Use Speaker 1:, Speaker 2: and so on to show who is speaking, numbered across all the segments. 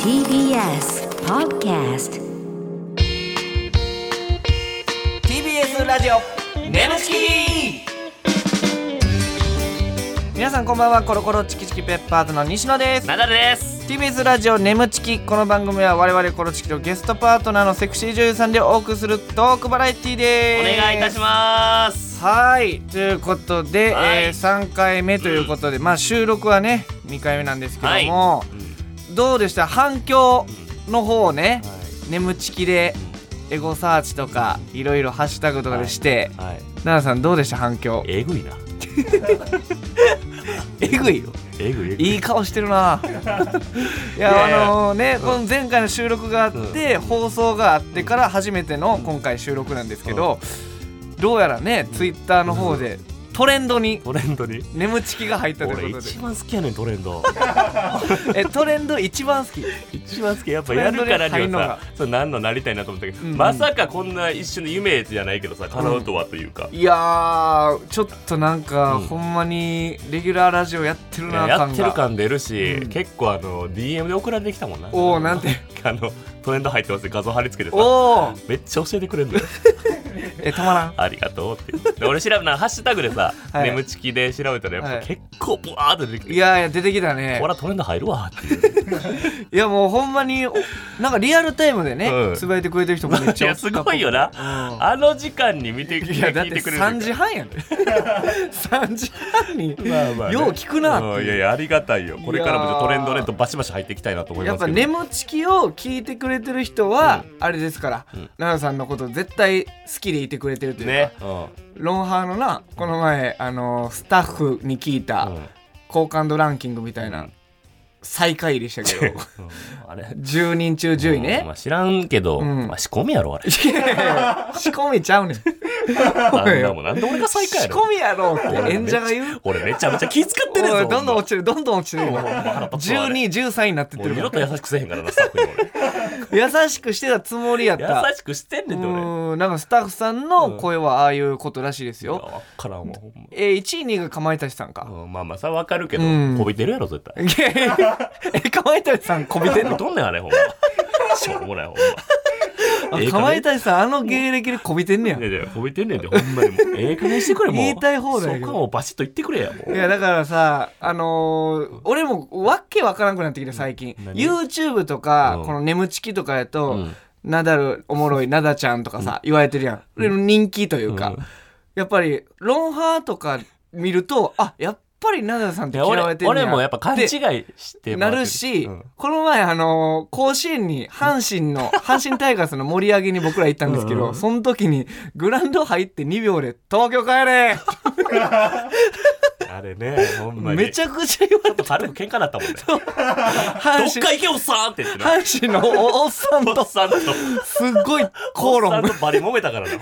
Speaker 1: TBS Podcast
Speaker 2: TBS ラジオ
Speaker 3: ムチキ
Speaker 2: 皆さんこんばんはコロコロチキチキペッパーズの西野です
Speaker 3: ナダルです。
Speaker 2: TBS ラジオネムチキこの番組は我々コロチキとゲストパートナーのセクシー女優さんでお送りするトークバラエティー
Speaker 3: お
Speaker 2: です
Speaker 3: 願いいたします。
Speaker 2: はいということで、
Speaker 3: はい
Speaker 2: え3回目ということで、まあ収録はね2回目なんですけども、どうでした反響の方をね、眠チキでエゴサーチとかいろいろハッシュタグとかでして、
Speaker 3: はい。
Speaker 2: 奈々さんどうでした反響
Speaker 3: えぐいな。
Speaker 2: えぐいよ
Speaker 3: えぐい。えぐ
Speaker 2: いい顔してるないや
Speaker 3: いやいや
Speaker 2: あのね、この前回の収録があって、放送があってから初めての今回収録なんですけど、どうやらねツイッターの方でトレンドに
Speaker 3: トレンドに。
Speaker 2: 眠ちきが入ったと
Speaker 3: 俺
Speaker 2: いうこと
Speaker 3: 一番好きやねんトレンド
Speaker 2: でえトレンド一番好き
Speaker 3: 一番好きやっぱやるか
Speaker 2: トレン
Speaker 3: ら
Speaker 2: ドに入ん
Speaker 3: に
Speaker 2: の
Speaker 3: は
Speaker 2: が
Speaker 3: さそうなんのなりたいなと思ったけど、
Speaker 2: うん
Speaker 3: まさかこんな一瞬の夢じゃないけどさ叶うとはというか、
Speaker 2: いやーちょっとなんか、
Speaker 3: うん
Speaker 2: ほんまにレギュラーラジオやってる
Speaker 3: ね
Speaker 2: な感が
Speaker 3: やってる感出るし、
Speaker 2: うん
Speaker 3: 結構あの DM で送られてきたもんな
Speaker 2: おおなんて
Speaker 3: あのトレンド入ってますって画像貼り付けてさ
Speaker 2: おお
Speaker 3: めっちゃ教えてくれるのよ
Speaker 2: えたまらん
Speaker 3: ありがとうって言って。で俺調べな、ハッシュタグでさ、
Speaker 2: はい
Speaker 3: 眠ちきで調べたら、やっ
Speaker 2: はい
Speaker 3: ぱ結構ブワーって出てきて、
Speaker 2: いやいや出てきたね
Speaker 3: こらトレンド入るわっていう。
Speaker 2: いやもうほんまにおなんかリアルタイムでね、
Speaker 3: うん
Speaker 2: つぶやいてくれてる人もめっ
Speaker 3: い
Speaker 2: ちゃ
Speaker 3: や、
Speaker 2: 多
Speaker 3: す
Speaker 2: かった
Speaker 3: ごいよな。
Speaker 2: うん
Speaker 3: あの時間に見て、
Speaker 2: いやだっ
Speaker 3: 聞い
Speaker 2: て
Speaker 3: てくれる。
Speaker 2: 3時半やで 3時半に
Speaker 3: まあまあね
Speaker 2: よう聞くなっていう
Speaker 3: うんいやいや、ありがたいよ。これからもじゃあトレンドねとバシバシ入っていきたいなと思い
Speaker 2: や
Speaker 3: ま
Speaker 2: っ
Speaker 3: す
Speaker 2: ぱ
Speaker 3: けど。
Speaker 2: ネモチキを聞いてくれてる人は、あれですから、
Speaker 3: うん
Speaker 2: 奈良さんのこと絶対好きでいてくれてるというか、
Speaker 3: ね。う
Speaker 2: ロンハーのなこの前、あのスタッフに聞いた
Speaker 3: んうん。
Speaker 2: 好感度ランキングみたいな最下位でしたけ ど
Speaker 3: うんあれ。
Speaker 2: 10人中10位
Speaker 3: うん
Speaker 2: ね
Speaker 3: まあ知らんけど、
Speaker 2: うん
Speaker 3: まあ仕込みやろ、あ れ。
Speaker 2: いやいやいや仕込みちゃう ねん
Speaker 3: あんなもんなんで俺が最下位
Speaker 2: 仕
Speaker 3: やろ
Speaker 2: 込。みやろって演者が言う
Speaker 3: 俺めちゃめちゃ気遣ってる
Speaker 2: お
Speaker 3: ぞ。
Speaker 2: いどんどん
Speaker 3: ほ
Speaker 2: 落ちてるどんどん落ちてる
Speaker 3: んま腹立つわあれ
Speaker 2: 12、13位になってって
Speaker 3: もう
Speaker 2: る
Speaker 3: 二
Speaker 2: か
Speaker 3: 度
Speaker 2: ら
Speaker 3: と優しくせえへんからな、スタッフに俺。
Speaker 2: 優しくしてたつもりやった
Speaker 3: 優しくしてんね
Speaker 2: うん
Speaker 3: て俺。
Speaker 2: ーんなんかスタッフさんの声はああいうことらしいです
Speaker 3: いや
Speaker 2: よ、
Speaker 3: わからんわほんま
Speaker 2: えー、1位2位がかまいたちさんか、
Speaker 3: うんまあまあさわかるけど
Speaker 2: うん
Speaker 3: こびてるやろ絶対
Speaker 2: いやいやえかまいたちさんこびてん の
Speaker 3: どんなんあれほんま しょうもないほんまええ加減
Speaker 2: かまいたちさんあの芸歴でこびてんねや
Speaker 3: いやいやこびてんねんでほんまにもうええ加減してくれもう
Speaker 2: 言いたい放題やけど
Speaker 3: そこはもうバシッと言ってくれやも
Speaker 2: いうやだからさあのー俺もわっけわからんくなってきて最近
Speaker 3: 何
Speaker 2: YouTube とか、
Speaker 3: うん
Speaker 2: この「眠ちき」とかやと、
Speaker 3: うん
Speaker 2: ナダルおもろいナダちゃんとかさ、言われてるやん俺の人気というか、
Speaker 3: うん
Speaker 2: やっぱりロンハーとか見るとあやっぱりナダルさんって
Speaker 3: で
Speaker 2: 嫌われ
Speaker 3: 俺
Speaker 2: てるん
Speaker 3: 俺もやっぱ勘違
Speaker 2: で
Speaker 3: いしても
Speaker 2: な
Speaker 3: らって
Speaker 2: るし、
Speaker 3: うん
Speaker 2: この前あのー甲子園に阪神の阪神タイガースの盛り上げに僕ら行ったんですけ
Speaker 3: うん
Speaker 2: ど、
Speaker 3: うん
Speaker 2: その時にグラウンド入って2秒で「東京帰れ!
Speaker 3: あれねほ」んまに
Speaker 2: めちゃくちゃ言わ
Speaker 3: ちょ
Speaker 2: れ
Speaker 3: っと軽く喧嘩だったも んねど
Speaker 2: 阪
Speaker 3: っ
Speaker 2: 神
Speaker 3: か行けおっさんって言ってな
Speaker 2: 阪神のおおっさん
Speaker 3: おっ
Speaker 2: と
Speaker 3: さんと
Speaker 2: すっごい口
Speaker 3: おっさ
Speaker 2: 論
Speaker 3: んとバリ揉めたからな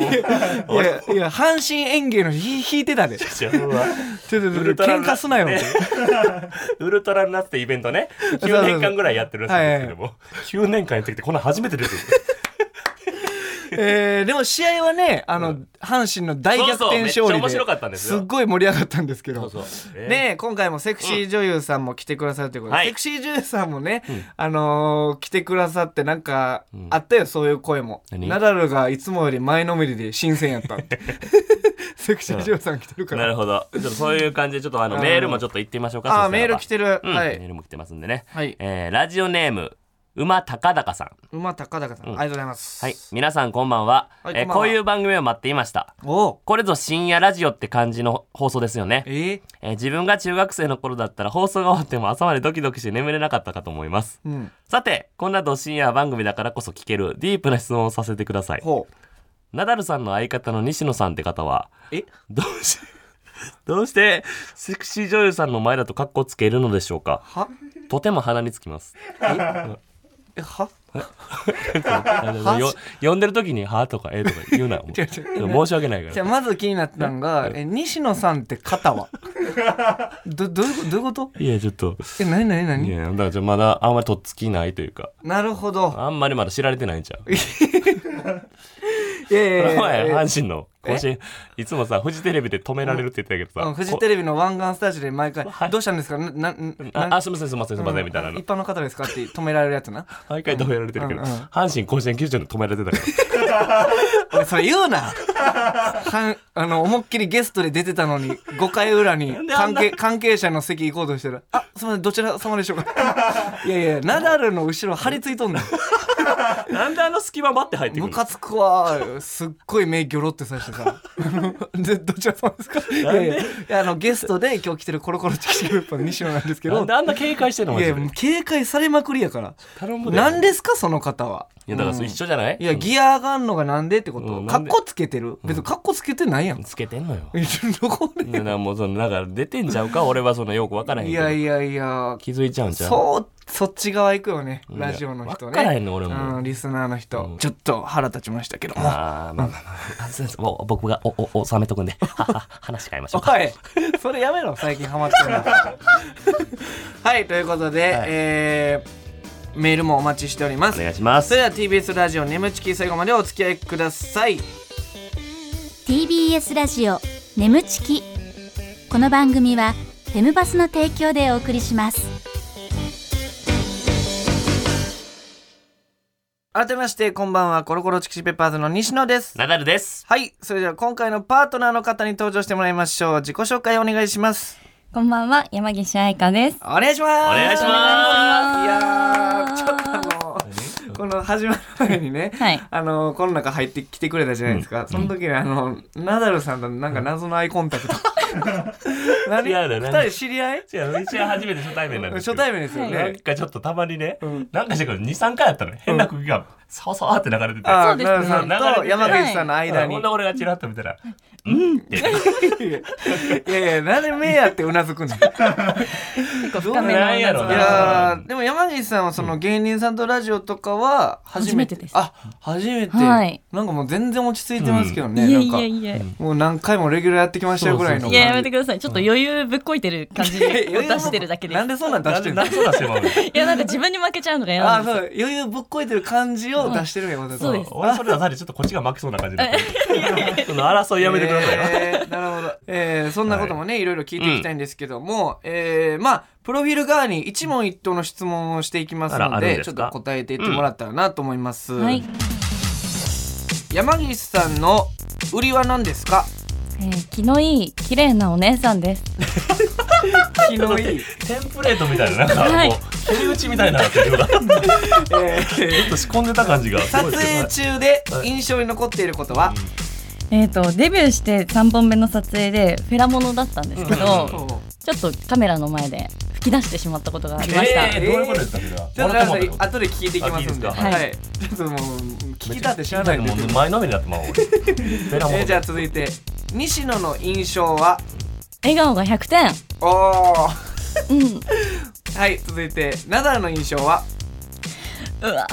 Speaker 3: ほん ま
Speaker 2: いやいや阪神園芸の日弾いてた で
Speaker 3: じゃあうわ
Speaker 2: ちょっと
Speaker 3: ウルトラ
Speaker 2: 喧嘩すなよ、
Speaker 3: ね ウルトラになってイベントね9年間ぐらいやってるらしいんですけども9年間やってきてこんなん初めてです
Speaker 2: えーでも試合はねあの、阪神の大逆転
Speaker 3: そうそう
Speaker 2: 勝
Speaker 3: めっちゃ
Speaker 2: 利
Speaker 3: 面
Speaker 2: で
Speaker 3: 白かったんですよ
Speaker 2: っごい盛り上がったんですけど
Speaker 3: そうそうえー
Speaker 2: ね今回もセクシー女優さんも来てくださるということで、
Speaker 3: はい
Speaker 2: セクシー女優さんもね、
Speaker 3: ん
Speaker 2: あのー来てくださってなんか
Speaker 3: うん
Speaker 2: あったよ、そういう声も
Speaker 3: 何
Speaker 2: ナダルがいつもより前のめりで新鮮やったって セクシー女優さん来てるから、
Speaker 3: なるほどちょっとそういう感じでちょっとあの
Speaker 2: うん
Speaker 3: メールもちょっと言ってみましょうか
Speaker 2: ああメール来
Speaker 3: る、
Speaker 2: てる、
Speaker 3: うん
Speaker 2: は
Speaker 3: メ
Speaker 2: い
Speaker 3: ールも来てますんでね、
Speaker 2: はい
Speaker 3: えーラジオネーム馬高高さん
Speaker 2: 馬高々さん、
Speaker 3: うん
Speaker 2: ありがとうございます
Speaker 3: はい皆さんこんばんは、
Speaker 2: はい
Speaker 3: え
Speaker 2: こ
Speaker 3: ー
Speaker 2: んばん
Speaker 3: こ
Speaker 2: は
Speaker 3: ういう番組を待っていました
Speaker 2: おう
Speaker 3: これぞ深夜ラジオって感じの放送ですよね
Speaker 2: えー、
Speaker 3: えー自分が中学生の頃だったら放送が終わっても朝までドキドキして眠れなかったかと思います
Speaker 2: うん
Speaker 3: さてこんなド深夜番組だからこそ聞けるディープな質問をさせてください
Speaker 2: ほう
Speaker 3: ナダルさんの相方の西野さんって方は
Speaker 2: え
Speaker 3: どうして どうしてセクシー女優さんの前だとカッコつけるのでしょうか
Speaker 2: は
Speaker 3: とても鼻につきます
Speaker 2: えは
Speaker 3: あのよ呼んでる時に「は?」とか「え?」とか言うな
Speaker 2: 違う違う
Speaker 3: 申し訳ないか
Speaker 2: じゃあ
Speaker 3: ら
Speaker 2: まず気になったのが、え西野さんって肩 はどどういうことどういうこと
Speaker 3: いやちょっと
Speaker 2: え何何
Speaker 3: い
Speaker 2: 何
Speaker 3: やだからちょっとまだあんまりとっつきないというか
Speaker 2: なるほど
Speaker 3: あんまりまだ知られてないんちゃう
Speaker 2: いやいやいや
Speaker 3: 前
Speaker 2: いや
Speaker 3: 阪神の甲子園いつもさフジテレビで止められるって言ってたけど
Speaker 2: う
Speaker 3: さ、
Speaker 2: んフジテレビの湾岸スタジオで毎回「
Speaker 3: はい
Speaker 2: どうしたんですか?な」な
Speaker 3: あ
Speaker 2: な
Speaker 3: あすみませんすみませんすみません、みたいなの
Speaker 2: 一般の方ですかって止められるやつな
Speaker 3: 毎回止められてるけど、
Speaker 2: うんうん
Speaker 3: 阪神甲子園球場で止められてたから
Speaker 2: 俺それ言うな はんあの思いっきりゲストで出てたのに5回裏に
Speaker 3: んであん
Speaker 2: 関
Speaker 3: な
Speaker 2: 係関係者の席行こうとしてるあすみませんどちら様でし ょうかいやいやナダルの後ろ張り付いとんねん
Speaker 3: なんであの隙間待って入ってく
Speaker 2: ム
Speaker 3: る
Speaker 2: カつくわすっごい目ギョロってさしてさ でどちら様ですかいやいやいやあのゲストで今日来てるコロコロチキチキペッパーの西野なんですけ
Speaker 3: のな
Speaker 2: ど
Speaker 3: んであんな警戒してる
Speaker 2: い
Speaker 3: のマジ
Speaker 2: や
Speaker 3: で
Speaker 2: もう警戒されまくりやから
Speaker 3: 頼むで
Speaker 2: 何ですかその方はい
Speaker 3: やだからそれ一緒じゃない、
Speaker 2: いやギア上がんのがなんでってこ
Speaker 3: う
Speaker 2: と
Speaker 3: ん
Speaker 2: か
Speaker 3: な
Speaker 2: っ
Speaker 3: んで
Speaker 2: こつけてる別にかっこつけてないやん
Speaker 3: つけてんのよ
Speaker 2: どこで
Speaker 3: いやなもうそのなんか出てんちゃうか俺はそのよく分からへん
Speaker 2: い
Speaker 3: けど
Speaker 2: やいやいや
Speaker 3: 気づいちゃうんちゃう
Speaker 2: そうそっち側行くよね
Speaker 3: うん
Speaker 2: ラジオの人ね
Speaker 3: わからへんの俺も
Speaker 2: うんリスナーの人、
Speaker 3: うん
Speaker 2: ちょっと腹立ちましたけども
Speaker 3: あーまあまあまあすいませんもう僕がおおお収めとくんではは話変えましょうか
Speaker 2: おいそれやめろ最近ハマってる のはいということで、
Speaker 3: はい
Speaker 2: えーメールもお待ち しておりま
Speaker 3: お
Speaker 2: す
Speaker 3: 願いします
Speaker 2: それでは TBS ラジオ「眠ちき」最後までお付き合いください
Speaker 4: TBS ラジオ眠ちきこの番組はフェムバスの提供でお送りします
Speaker 2: 改めましてこんばんはコロコロチキシペッパーズの西野です
Speaker 3: ナダルです
Speaker 2: はいそれでは今回のパートナーの方に登場してもらいましょう自己紹介お願いします
Speaker 5: こんばんは、山岸愛香です。
Speaker 2: お願いします
Speaker 3: お願いしま
Speaker 2: いやーちょっとあのこの始まる前にね、
Speaker 5: はい
Speaker 2: あのこの中入ってきてくれたじゃないですか、その時にあのナダルさんとなんか謎のアイコンタクト 何
Speaker 3: 違うのよ
Speaker 2: 二
Speaker 3: なんか
Speaker 2: 人知り合い
Speaker 3: じゃあ一応初めて初対面なんです
Speaker 2: 初
Speaker 3: けど
Speaker 2: 対面ですよね、
Speaker 3: なんかちょっとたまにね、
Speaker 2: ん
Speaker 3: なんかしてくる23回やったのね変な空気がさわさわって流れてて
Speaker 2: あ
Speaker 5: そう
Speaker 2: ー
Speaker 5: で
Speaker 2: ナ
Speaker 5: す
Speaker 2: ダ
Speaker 5: ね
Speaker 2: ルさんと山口さんの間に、
Speaker 3: ほん
Speaker 2: い
Speaker 3: で俺がチラッと見たら「うん」って
Speaker 2: やいやなんで目やってうなず くんのい
Speaker 5: 結構
Speaker 2: 深めの
Speaker 3: なんやろな
Speaker 2: やーでも山口さんはその芸人さんとラジオとかは初めて
Speaker 5: 初めてです
Speaker 2: あ初めて、
Speaker 5: はい
Speaker 2: なんかもう全然落ち着いてますけど
Speaker 5: い
Speaker 2: ね、
Speaker 5: や
Speaker 2: なん
Speaker 5: い
Speaker 2: か
Speaker 5: やいや。い
Speaker 2: もう何回もレギュラーやってきましたよぐらいの
Speaker 3: そうそうそう
Speaker 5: や、やめて
Speaker 2: く
Speaker 5: ください。ちょっと余裕ぶっこいてる感じを出してるだけで。
Speaker 2: なんですそんなん出してるの
Speaker 3: なんでなんで そうだして
Speaker 5: いや、なんか自分に負けちゃうのが嫌
Speaker 2: あ
Speaker 5: な
Speaker 2: あ
Speaker 5: ん
Speaker 2: そ
Speaker 5: で
Speaker 2: う余裕ぶっこいてる感じを出してるんやまた
Speaker 5: そうです
Speaker 3: 俺それ出されてちょっとこっちが負けそうな感じ だったその争いやめてくださいよ、
Speaker 2: えーなるほど、えーそんなこともね、い、ろいろ聞いていきたいんですけども、えーまあプロフィール側に一問一答の質問をしていきます
Speaker 3: あら
Speaker 2: の
Speaker 3: あるん
Speaker 2: で
Speaker 3: で
Speaker 2: ちょ
Speaker 3: す
Speaker 2: っ
Speaker 3: か
Speaker 2: と答えていってもらったらなと思います、
Speaker 5: す。はい。
Speaker 2: 山岸さんの売りは何ですか
Speaker 5: えー気のいい、綺麗なお姉さんです。
Speaker 2: 気の いい、
Speaker 3: テンプレートみたいななんかもう、
Speaker 5: はい
Speaker 3: 切り口みたいなセリフがちょっ
Speaker 2: えー
Speaker 3: と仕込んでた感じがす
Speaker 2: 撮
Speaker 3: ごいです
Speaker 2: 影
Speaker 3: ね
Speaker 2: 中で印象に残っていることは、
Speaker 5: えっと、デビューして3本目の撮影でフェラモノだったんですけど、ちょ
Speaker 2: そう
Speaker 5: っとカメラの前で吹き出してしまったことがありました。
Speaker 3: えー、どういうことですかそ
Speaker 2: ちょっと
Speaker 3: れは
Speaker 2: 待って
Speaker 3: 俺
Speaker 2: 後で聞いていきますんで
Speaker 3: あ
Speaker 2: は
Speaker 3: 聞いていいですか
Speaker 2: い、
Speaker 5: は
Speaker 2: ちょっともう聞きたって知らないんで
Speaker 3: もう前のめりだったもん俺ベラモ ン
Speaker 2: えーじゃあ続いて西野の印象は
Speaker 5: 笑顔が100点。
Speaker 2: おー
Speaker 5: うん。
Speaker 2: はい続いてナダルの印象は
Speaker 5: うわ。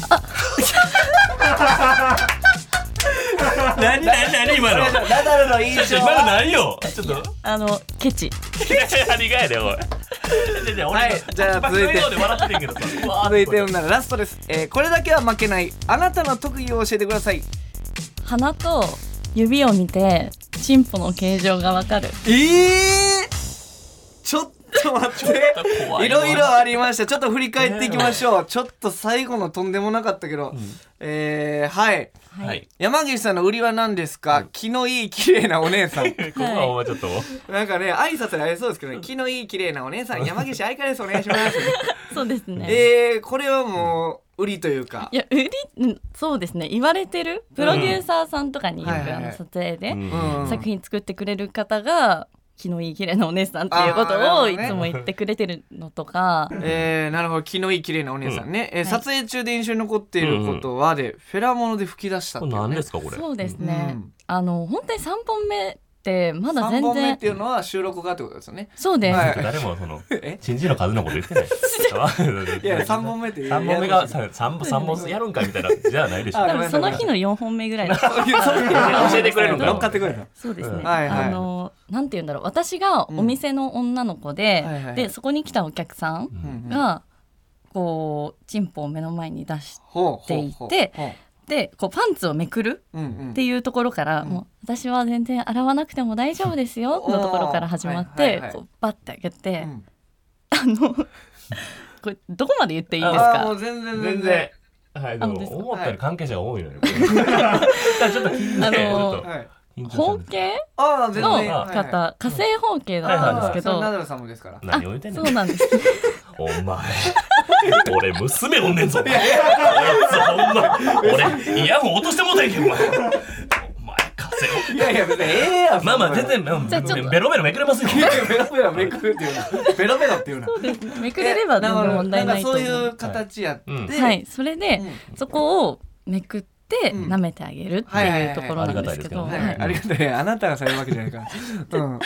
Speaker 3: 何何何今の
Speaker 2: ナダルの印
Speaker 3: ちょ っと今の何よちょっと
Speaker 5: あの、ケチ。
Speaker 3: 何がやねんおいじゃあじゃあ 俺
Speaker 2: はいじゃあ続いて
Speaker 3: 笑ってんけどさうわー
Speaker 2: 続いてのならラストです、えーこれだけは負けないあなたの特技を教えてください
Speaker 5: 鼻と指を見て、チンポの形状がわかる。
Speaker 2: ええちょっと待って
Speaker 3: ちょっと怖
Speaker 2: い
Speaker 3: いわ
Speaker 2: ろいろありましたちょっと振り返っていきましょう、ちょっと最後のとんでもなかったけど、えーはい
Speaker 3: はい
Speaker 2: 山岸さんの売りは何ですか、気のいい綺麗なお姉 さん
Speaker 3: ここはお前ちょっと
Speaker 2: なんかね挨拶でありそうですけどね気のいい綺麗なお姉さん山岸愛香ですお願いします
Speaker 5: そうですね。
Speaker 2: えー、これはもう売りというか
Speaker 5: いや売りうんそうですね言われてるプロデューサーさんとかによく、
Speaker 2: はいはいはい
Speaker 5: あの撮影で、
Speaker 2: うん
Speaker 5: 作品作ってくれる方が気のいい綺麗なお姉さんっていうこ
Speaker 2: あーなる
Speaker 5: と
Speaker 2: ほ
Speaker 5: を
Speaker 2: ど
Speaker 5: い
Speaker 2: ね
Speaker 5: つも言ってくれてるのとか、
Speaker 2: えー、なるほど気のいい綺麗なお姉さんね、えー
Speaker 5: はい
Speaker 2: 撮影中で印象に残っていることはで、フェラモノで吹き出したっ
Speaker 3: こ
Speaker 2: てい
Speaker 3: れ
Speaker 2: う
Speaker 3: 何
Speaker 2: ね
Speaker 3: ですかこれ
Speaker 5: そうです
Speaker 2: う
Speaker 5: ね、
Speaker 2: ん
Speaker 5: あの本当に3本目ってまだ
Speaker 2: 3
Speaker 5: 全
Speaker 2: 本目っ
Speaker 5: 然
Speaker 2: ていうのは収録がってことですよね
Speaker 5: そうです、
Speaker 2: はい
Speaker 3: 誰もその
Speaker 2: え
Speaker 3: 新人の数のこと言ってない
Speaker 2: いや3本目って
Speaker 3: 三本目がさ三本三本やるんかみたいなじゃないでしょ
Speaker 2: あ
Speaker 5: 多分その日の4本目ぐらいの
Speaker 3: 教えてくれるんだ
Speaker 2: 乗っかってくれるの
Speaker 5: そうですね、
Speaker 3: うん
Speaker 2: はいはい
Speaker 5: あのなんて言うんだろう私がお店の女の子で、
Speaker 2: うんはいはい
Speaker 5: でそこに来たお客さん
Speaker 2: うんうん
Speaker 5: が、こうチンポを目の前に出して
Speaker 2: ほう
Speaker 5: て
Speaker 2: ほう
Speaker 5: い
Speaker 2: ほう
Speaker 5: てでこうパンツをめくる
Speaker 2: うんうん
Speaker 5: っていうところから、もう私は全然洗わなくても大丈夫ですよ
Speaker 2: おー
Speaker 5: のところから始まっ
Speaker 2: はいはい
Speaker 5: て、
Speaker 2: はい
Speaker 5: こうバッて開けて、
Speaker 2: うん
Speaker 5: あの これどこまで言っていいです
Speaker 2: あーも
Speaker 5: か
Speaker 2: う全然
Speaker 3: 全
Speaker 2: 全
Speaker 3: 然
Speaker 2: 然。
Speaker 3: はい、で
Speaker 5: あ本
Speaker 3: も
Speaker 5: 当ですか
Speaker 3: 思ったより関係者多いのよ。これだ からちょっと聞いて、
Speaker 5: あの
Speaker 3: ち
Speaker 5: ー
Speaker 3: ょっと
Speaker 2: はい
Speaker 3: 緊張し
Speaker 5: 方形
Speaker 2: ああ全然
Speaker 5: の
Speaker 2: は
Speaker 5: 方
Speaker 2: いはい
Speaker 5: 火星方形
Speaker 2: あ
Speaker 5: だったん
Speaker 2: ー
Speaker 5: ですけ
Speaker 2: それ
Speaker 5: ど、
Speaker 2: ナダルさんもですから
Speaker 3: た何を言ってんね
Speaker 5: そ
Speaker 3: ん
Speaker 5: う。なんです
Speaker 3: お前、俺娘おんねんぞ。こいつほんま、俺イヤホン落としてもうたんけお前。お前風邪
Speaker 2: いやいや別にええや
Speaker 3: を。
Speaker 2: ん
Speaker 3: まあまあ
Speaker 2: そ
Speaker 3: 全
Speaker 2: んなの
Speaker 3: 然まあ
Speaker 5: じゃあちょっと
Speaker 3: ベロベロめくれま すよ。
Speaker 2: いやいやベロベロめくるっていうなベロベロっていうな
Speaker 5: めくれれば全然問題ないと思
Speaker 2: んかそういうう形やって、
Speaker 3: うん
Speaker 5: はいそれで、そこをめくって
Speaker 2: うん
Speaker 5: 舐めてあげるって
Speaker 2: はいはい
Speaker 5: い
Speaker 2: はいう
Speaker 5: ところなんです
Speaker 3: あ
Speaker 5: けど、
Speaker 3: りがたいですけどね
Speaker 2: はい
Speaker 5: は
Speaker 2: はい
Speaker 5: い
Speaker 2: ありがたいあなたがされるわけじゃない からうん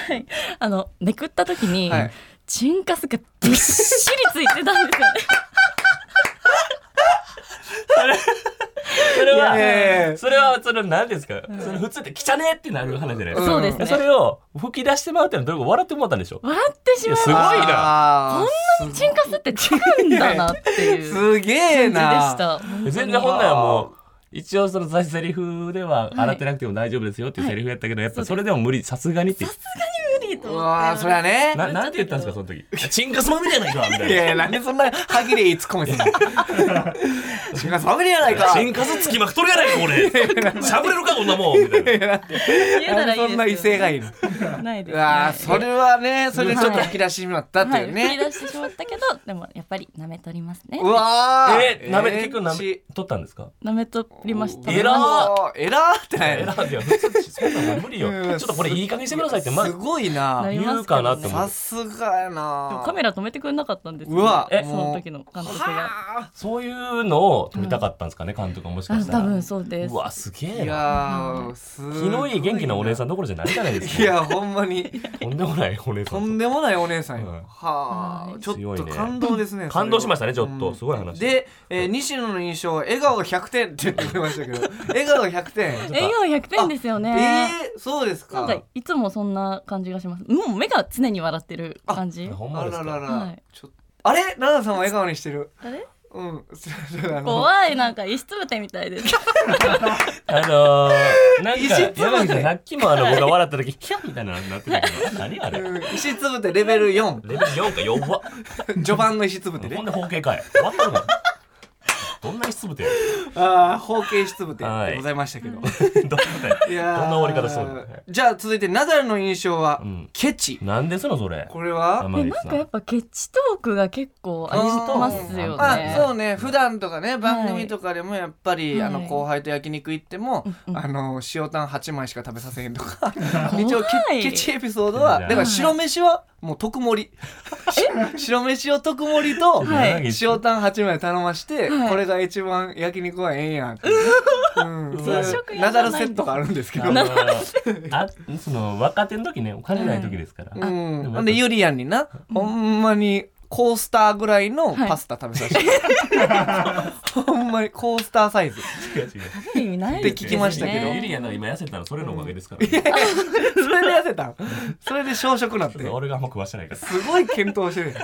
Speaker 5: あのめくった時に、
Speaker 2: はい
Speaker 5: チンカスがびっしりついてたんですよね。
Speaker 3: それ
Speaker 2: いやいやい
Speaker 3: は、
Speaker 2: や
Speaker 3: それはその何ですか。それ普通って来ちゃねえってなる話じゃないです
Speaker 2: ん
Speaker 3: か。
Speaker 5: そうです
Speaker 3: そ
Speaker 5: ね。
Speaker 3: れを吹き出してもらうってのはどういうこと笑ってもらったんでしょ。
Speaker 5: 笑ってしまいまし
Speaker 3: すごい
Speaker 5: た。
Speaker 2: なこんなに
Speaker 5: チンカスって違うんだなっていう感
Speaker 2: すげえ
Speaker 5: じでし
Speaker 2: な
Speaker 5: た。本当に
Speaker 3: 全然本来はもう一応そのザセリフでは洗ってなくても大丈夫ですよっていうセリフやったけど、やっぱそれでも無理さすがにって
Speaker 5: 無理と
Speaker 2: う
Speaker 5: 思って
Speaker 2: わーそりゃね
Speaker 3: ななんて言ったんですかその時「チンカスまみれやないか」み
Speaker 2: い
Speaker 3: た
Speaker 2: やい
Speaker 3: い
Speaker 2: やなんでそんな歯切れいいツッコミすんのチンカスまみれやない
Speaker 3: な「
Speaker 2: か
Speaker 3: チンカスつきまくとるやないか俺しゃぶれるかこんなもん」みたいな。
Speaker 5: 言え
Speaker 2: な
Speaker 5: た
Speaker 2: ん
Speaker 5: ら
Speaker 2: で
Speaker 5: いいですよ
Speaker 2: そんな威勢がいいの
Speaker 5: ないで
Speaker 2: う
Speaker 5: す、
Speaker 2: わーそれはねそれでちょっと
Speaker 5: はい
Speaker 2: 引き出してみまったって
Speaker 5: はいい、
Speaker 2: う
Speaker 5: 振り
Speaker 2: ね
Speaker 5: 出してしまったけど、でもやっぱり舐めとりますね
Speaker 2: う。わー
Speaker 3: えなめ結局なめ
Speaker 2: ち
Speaker 3: 取ったんですか
Speaker 5: 舐めとりました。
Speaker 3: えらー
Speaker 2: えらーってな
Speaker 3: え
Speaker 2: い
Speaker 3: らいや普通そんなの無理よち
Speaker 2: う
Speaker 3: ょ
Speaker 2: ん
Speaker 3: っとこれいい加減してくださいってますあ
Speaker 2: ごいな
Speaker 5: なり
Speaker 3: 言
Speaker 5: ま
Speaker 3: う
Speaker 5: すけ
Speaker 3: か
Speaker 5: ど
Speaker 3: な
Speaker 5: ね
Speaker 3: って思
Speaker 2: さ
Speaker 3: う
Speaker 2: すがやな
Speaker 5: でもカメラ止めてくれなかったんですよ
Speaker 2: うわ
Speaker 5: え
Speaker 2: もう
Speaker 5: その時の監督が。
Speaker 2: は
Speaker 3: そういうのを撮りたかったんですかね監督はもしか
Speaker 5: あ
Speaker 3: した
Speaker 5: 多
Speaker 3: ら
Speaker 5: 分そうです
Speaker 3: う。わすげ
Speaker 2: ー
Speaker 3: え
Speaker 2: い
Speaker 3: な
Speaker 2: やーすご
Speaker 3: 気のいい元気なお姉さんどころじゃないじゃないです
Speaker 2: い
Speaker 3: か
Speaker 2: やほんまに
Speaker 3: とんでもないお姉さ
Speaker 2: と
Speaker 3: ん
Speaker 2: んでもないお姉さんよ、
Speaker 3: うん
Speaker 2: は
Speaker 5: は
Speaker 2: あ
Speaker 5: い
Speaker 2: ちょ
Speaker 3: 強
Speaker 2: っ
Speaker 3: い
Speaker 2: と
Speaker 3: ね
Speaker 2: 感動ですね
Speaker 3: 感動しましたねちょっと
Speaker 2: うん
Speaker 3: すごい話
Speaker 2: で、えー西野の印象笑顔100点って言ってくれましたけ ど笑顔100点
Speaker 3: とか
Speaker 5: 栄養100点ですよ
Speaker 2: え
Speaker 5: ね。
Speaker 2: ー、そうです
Speaker 5: な
Speaker 2: か
Speaker 5: んかいつもそんな感じがします。もう目が常に笑ってる感じ。
Speaker 3: ほん
Speaker 2: あ
Speaker 3: まです
Speaker 2: らら、
Speaker 3: から
Speaker 5: はい
Speaker 2: ちょっとあれ奈々さんは笑顔にしてる
Speaker 5: あれ
Speaker 2: うんそれであの
Speaker 5: 怖いなんか石つぶてみたいです。
Speaker 3: あのー、なん
Speaker 2: 石
Speaker 3: か、
Speaker 2: つぶて
Speaker 3: 山口さん、さっきもあの、僕が笑った時、キャッみたいなのになってたけど、何あれレ
Speaker 2: うん石つぶてレベル4
Speaker 3: ベル4か弱っ。
Speaker 2: 序盤の石つぶて
Speaker 3: ほ ん
Speaker 2: ね
Speaker 3: で、方形かい。終わったのかどんな石つぶてや
Speaker 2: ああ方形石つぶて
Speaker 3: はい
Speaker 2: でございましたけど、
Speaker 3: どんな、
Speaker 2: いやー
Speaker 3: どんな終わり方するの
Speaker 2: じゃあ続いてナダルの印象は、
Speaker 3: うん
Speaker 2: ケチ
Speaker 3: なんですの、それ。
Speaker 2: これは
Speaker 5: え
Speaker 3: 天
Speaker 5: な
Speaker 3: 海
Speaker 5: ん
Speaker 3: さ
Speaker 5: かやっぱケチトークが結構ありますよ
Speaker 2: あ
Speaker 5: ね。
Speaker 2: そうね普段とかね番組とかでもやっぱり、
Speaker 5: はい
Speaker 2: あの後輩と焼肉行っても、
Speaker 5: うん
Speaker 2: あの塩タン8枚しか食べさせへんと か
Speaker 5: 怖い
Speaker 2: 一応ケケチエピソード
Speaker 3: い
Speaker 2: は
Speaker 3: や
Speaker 2: だから白飯はもう特盛り 白飯を特盛りと
Speaker 5: はい
Speaker 2: 塩タン8枚頼まして、
Speaker 5: はい
Speaker 2: これが一番焼肉はええやんって、うん、そう
Speaker 3: 定
Speaker 5: 食
Speaker 2: いう
Speaker 5: 屋
Speaker 2: ナダルセットがあるんですけど
Speaker 3: あ。のーあ、その、若手の時ね、お金ない時ですから。
Speaker 2: うん、
Speaker 3: な
Speaker 2: なんん
Speaker 3: か
Speaker 2: でユリアンにな、ほんまにコースターぐらいのパスタ食べさせて、 ほんまにコースターサイズ
Speaker 3: 違う違う
Speaker 5: 意味ない
Speaker 2: って聞きましたけど
Speaker 3: ゆりやな、今痩せたの、それのおかげですからね。
Speaker 2: それで痩せたんそれで小食なってす
Speaker 3: 俺があんま食わしてないから。
Speaker 2: ごい検討してるやん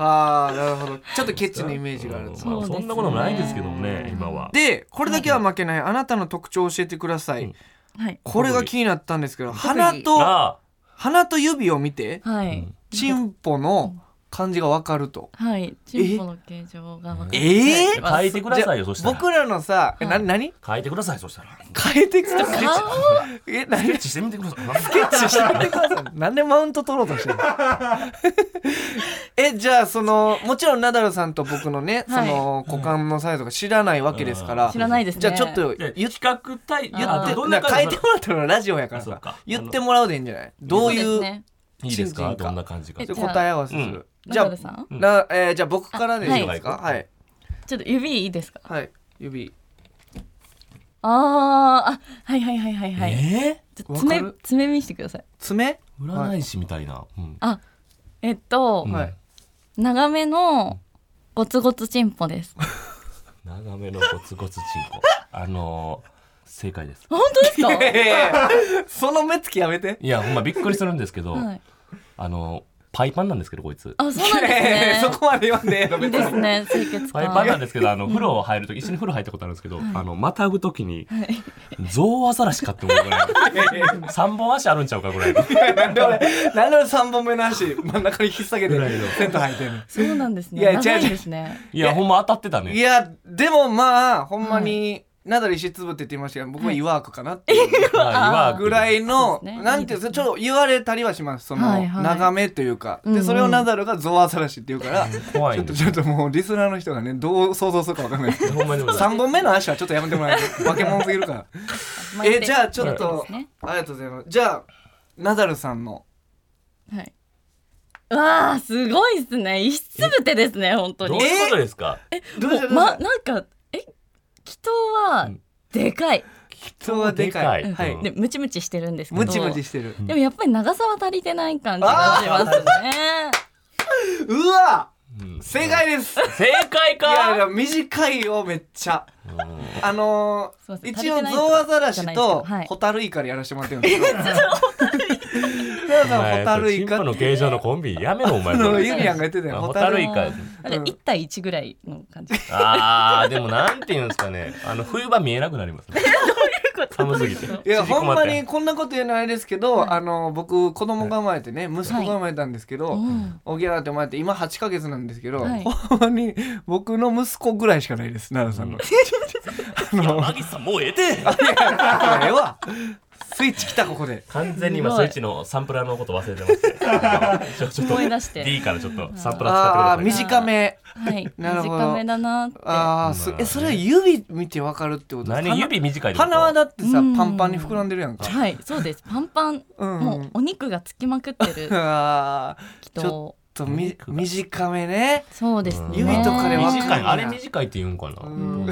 Speaker 2: あーなるほどちょっとケチのイメージがある
Speaker 3: うん
Speaker 2: と
Speaker 3: ま
Speaker 5: そうですね
Speaker 3: そんなことないですけどもね、今は。
Speaker 2: でこれだけは負けないあなたの特徴を教えてください、
Speaker 3: うん
Speaker 5: はい
Speaker 2: これが気になったんですけど
Speaker 5: 特技
Speaker 2: 鼻と
Speaker 3: あ
Speaker 2: 鼻と指を見て
Speaker 5: はい
Speaker 2: チンポの感じがわかると
Speaker 5: はいチンポの形状がわかる。
Speaker 2: ええ
Speaker 3: あ、書いてくださいよ、そしたら。
Speaker 2: 僕らのさ、えな、なに
Speaker 3: 書いてください、そしたら。
Speaker 2: 変えてください。
Speaker 5: 顔
Speaker 2: え、な
Speaker 3: スケッ
Speaker 2: に
Speaker 3: チしてみてください。ス
Speaker 2: ケッチしてみてください。なんでマウント取ろうとしてるの え、じゃあ、その、もちろんナダルさんと僕のね、
Speaker 5: はい
Speaker 2: その、股間のサイズとか知らないわけですから。
Speaker 3: うん
Speaker 5: 知らないですね。
Speaker 2: じゃあ、ちょっと言っ
Speaker 3: 比較対、
Speaker 5: 言
Speaker 2: 言
Speaker 5: あ
Speaker 2: っ
Speaker 5: ー
Speaker 2: て、
Speaker 3: どん
Speaker 2: な
Speaker 3: なん
Speaker 2: か変えて
Speaker 3: 感じ
Speaker 2: もらったのはラジオやから
Speaker 3: あそう
Speaker 2: さ
Speaker 3: か。
Speaker 2: 言ってもらうでいいんじゃないどう
Speaker 5: そ
Speaker 2: いう
Speaker 5: ですね
Speaker 2: う
Speaker 3: いいです
Speaker 2: チン
Speaker 3: か
Speaker 2: チンか
Speaker 3: どんな感じか
Speaker 5: え。
Speaker 2: ちょ答え合わせす
Speaker 3: じゃ
Speaker 2: る。じゃ
Speaker 5: ナダルさ
Speaker 2: あ
Speaker 5: ん、
Speaker 2: なえーじゃあ僕からでいいです
Speaker 3: あ
Speaker 2: か
Speaker 3: はい
Speaker 2: はい。
Speaker 5: ちょっと指いいですか。
Speaker 2: はい。指。
Speaker 5: あーあはいはいはいはいはい。
Speaker 3: え
Speaker 5: ちょっと爪
Speaker 2: わかる
Speaker 5: 爪見してください。
Speaker 2: 爪
Speaker 3: ー占い師みたいな。うん
Speaker 5: あえっと、
Speaker 3: うん
Speaker 2: はい。
Speaker 5: 長めのゴツゴツチン ポです。
Speaker 3: 長めのゴツゴツチンコ。あのー、正解です。
Speaker 5: 本当ですか。
Speaker 2: ええその目つきやめて。
Speaker 3: いや、ほんまびっくりするんですけど、
Speaker 5: はい。
Speaker 3: あのー、パイパンなんですけどこいつ
Speaker 5: あ、そうなんですね。
Speaker 2: そこまで言わんでええの別
Speaker 5: です
Speaker 2: に。
Speaker 5: ね、清潔
Speaker 3: パイパン
Speaker 5: 感。
Speaker 3: なんですけどあの風呂入るとき一緒に風呂入ったことあるんですけど、あのまたぐときにゾウアザラシ買ってもらうぐらい三本足あるんちゃうかぐらいの
Speaker 2: なんで俺、なんで俺3本目の足、真ん中に引っ提げて、 テント履いてるの。
Speaker 5: そうなんですね。
Speaker 2: いや違う
Speaker 5: 長いんですね。
Speaker 3: いやほんま当たってたね
Speaker 2: いや、でもまあ、ほんまに、ナダル石粒って言ってましたけど、僕もイワークかなっていう
Speaker 3: まあ
Speaker 2: ぐらいの、
Speaker 5: そうですね
Speaker 2: なんていうんですか、ちょっと言われたりはします。その、
Speaker 5: はいはい
Speaker 2: 眺めというか。
Speaker 5: うんう
Speaker 2: で、
Speaker 5: ん
Speaker 2: それをナダルがゾウアザラシって言うから、
Speaker 3: 怖
Speaker 2: ち
Speaker 3: い
Speaker 2: ょっ
Speaker 3: んで
Speaker 2: と
Speaker 3: す
Speaker 2: ちょっともうリスナーの人がね、どう想像するかわかんないですけど。
Speaker 3: ほんまにでも
Speaker 2: 3本目の足はちょっとやめてもらえる。化け物すぎるから。え、じゃあちょっと、
Speaker 5: ですね
Speaker 2: ありがとうございます。じゃあ、ナダルさんの。
Speaker 5: はい。うわあ、すごいですね。一粒手ですね、本当
Speaker 3: ど
Speaker 5: に
Speaker 3: う。いうことですか
Speaker 2: どう
Speaker 5: も
Speaker 2: した
Speaker 5: うま、なんか、え、祈祷
Speaker 3: う
Speaker 5: は
Speaker 3: ん
Speaker 5: でかい。
Speaker 2: 人はでかい。
Speaker 3: でか
Speaker 2: はいい。
Speaker 5: で、ムチムチしてるんですけど。
Speaker 2: ムチムチしてる。
Speaker 5: でもやっぱり長さは足りてない感じがしますね。
Speaker 2: うわ
Speaker 3: うん
Speaker 2: 正解ですい
Speaker 3: 正解
Speaker 2: やい
Speaker 3: か
Speaker 2: や、短いよ、めっちゃ。あの
Speaker 5: すいませ
Speaker 2: ー、
Speaker 5: ん
Speaker 2: 一応
Speaker 5: 足りてない
Speaker 2: ゾウアザラシ
Speaker 5: じゃないです
Speaker 2: と
Speaker 5: けどはい
Speaker 2: ホタルイカでやらせてもらってるんですけど。ナダルさんホタルイ
Speaker 3: チン
Speaker 2: カ
Speaker 3: パ
Speaker 2: っ
Speaker 3: の
Speaker 2: て。
Speaker 3: 形状のコンビやめろお前
Speaker 2: あのユリアンが言ってた
Speaker 3: あ
Speaker 2: よ。
Speaker 3: ホタルイ
Speaker 2: カ。
Speaker 3: カや
Speaker 5: あれ、
Speaker 2: うん
Speaker 5: 1対1ぐらいの感じ。
Speaker 3: あーでもなんていうんですかねあの冬場見えなくなりますね寒すぎて
Speaker 2: いや、ほんま
Speaker 3: 縮
Speaker 2: に
Speaker 3: こ
Speaker 2: こんなこと言うのあれですけど、あの、僕、子供が生まれてね、息子が生まれたんですけど、
Speaker 5: うん
Speaker 2: おぎゃーって生まれて、今8ヶ月なんですけど、
Speaker 5: はい
Speaker 2: ほんまに僕の息子ぐらいしかないです、奈良さんの。
Speaker 3: まっていやマギさんもうええて
Speaker 2: あええわ。スイッチ来た、ここで。
Speaker 3: 完全に今スイッチのサンプラーのこと忘れてますちょちょっと
Speaker 5: 思い出して
Speaker 3: D からちょっとサンプラ
Speaker 2: ああ
Speaker 3: ー
Speaker 2: ー、
Speaker 3: 使ってくださ
Speaker 2: 短
Speaker 3: い
Speaker 2: め。
Speaker 5: はい。
Speaker 2: なるほど
Speaker 5: 短めだなって。
Speaker 2: ああ、すえ、それは指見てわかるってことですか
Speaker 3: 何指短いですか
Speaker 2: 鼻はだってさ
Speaker 5: うん
Speaker 2: パンパンに膨らんでるやんか。
Speaker 5: はい、そうです。パンパン、
Speaker 2: うん
Speaker 5: もうお肉がつきまくってる
Speaker 2: ああ
Speaker 5: 祈
Speaker 2: ちょ
Speaker 5: 祷。
Speaker 2: っとみ短めね。
Speaker 5: そうですね。
Speaker 2: 指とかで分か
Speaker 3: 短
Speaker 2: る
Speaker 3: いあれ短いって言うんかな
Speaker 2: うん
Speaker 5: い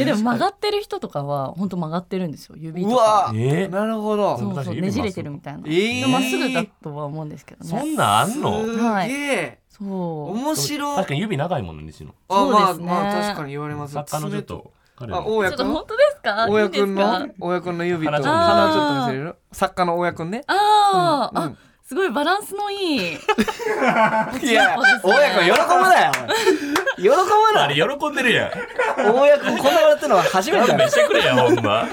Speaker 5: やでも曲がってる人とかは本当曲がってるんですよ指
Speaker 2: う
Speaker 5: とか
Speaker 2: わ
Speaker 3: え
Speaker 2: なるほ
Speaker 5: そ
Speaker 2: ど。
Speaker 5: う
Speaker 3: 難し
Speaker 5: そ
Speaker 3: いう指
Speaker 5: ねじれてるみたいな
Speaker 2: えー
Speaker 5: でまっすぐだとは思うんですけど
Speaker 3: そん
Speaker 5: ね
Speaker 3: なんあん
Speaker 2: す
Speaker 3: の
Speaker 2: げえ
Speaker 5: そう
Speaker 2: 面白い
Speaker 3: 確。かに指長いもんね西野
Speaker 2: あ
Speaker 5: そうで
Speaker 2: ますあ
Speaker 5: ね
Speaker 2: まあ確かに言われます。
Speaker 3: 作家のちょっ
Speaker 2: 爪
Speaker 3: と彼
Speaker 2: あ
Speaker 3: の
Speaker 2: 大
Speaker 5: ちょ
Speaker 2: 家
Speaker 5: っと
Speaker 2: くん
Speaker 5: 本当ですか
Speaker 2: 大
Speaker 5: い
Speaker 2: 家
Speaker 5: いで
Speaker 2: くん
Speaker 5: すか
Speaker 2: の大家くんの指と
Speaker 3: 鼻ちょっと
Speaker 2: 鼻をちょっと見せれる。作家の大家くんね。
Speaker 5: あー
Speaker 2: うんうん
Speaker 5: あすごいバランス のい
Speaker 2: い
Speaker 5: い
Speaker 2: や
Speaker 5: そうですね
Speaker 2: 大家くん喜ぶなよ。おい喜ぶ
Speaker 3: あ
Speaker 2: な
Speaker 3: れ。喜んでるやん
Speaker 2: 大家くんこんな笑ってるのは初めてだよ
Speaker 3: 勘弁。してくれやほんま
Speaker 5: バ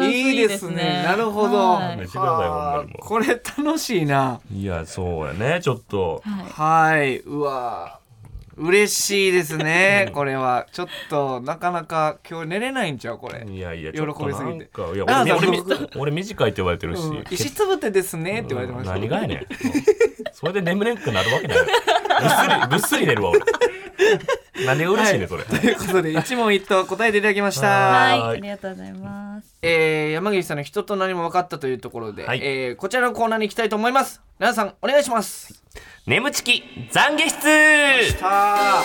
Speaker 5: ランス
Speaker 2: いいですね。なるほど。
Speaker 5: は
Speaker 2: は
Speaker 5: いう
Speaker 3: してくださいほんまにもう
Speaker 2: これ楽しいな。
Speaker 3: いやそうやねちょっと
Speaker 5: はい
Speaker 2: はい。うわ。嬉しいですね。これはちょっとなかなか今日寝れないんちゃうこれ。
Speaker 3: いやいや
Speaker 2: 喜
Speaker 3: ちょっと
Speaker 2: びす
Speaker 3: な
Speaker 2: ぎ
Speaker 3: ん
Speaker 2: て
Speaker 3: かいや
Speaker 2: なあ
Speaker 3: 俺俺
Speaker 2: さ
Speaker 3: み俺短いって言われてるし
Speaker 2: うん石つぶってですねって言われてました。
Speaker 3: 何がやねんそれで眠れんくなるわけないぐっすりぐっすり寝るわ俺なんで嬉しいねそれ
Speaker 2: ということで一問一答答えていただきました。
Speaker 5: はい
Speaker 3: は
Speaker 5: あ
Speaker 3: い
Speaker 5: りがとうございます
Speaker 2: えー、山岸さんの人と何も分かったというところで、
Speaker 3: はい
Speaker 2: えーこちらのコーナーに行きたいと思います。皆さんお願いします。
Speaker 3: 眠ちき懺悔室
Speaker 2: さあ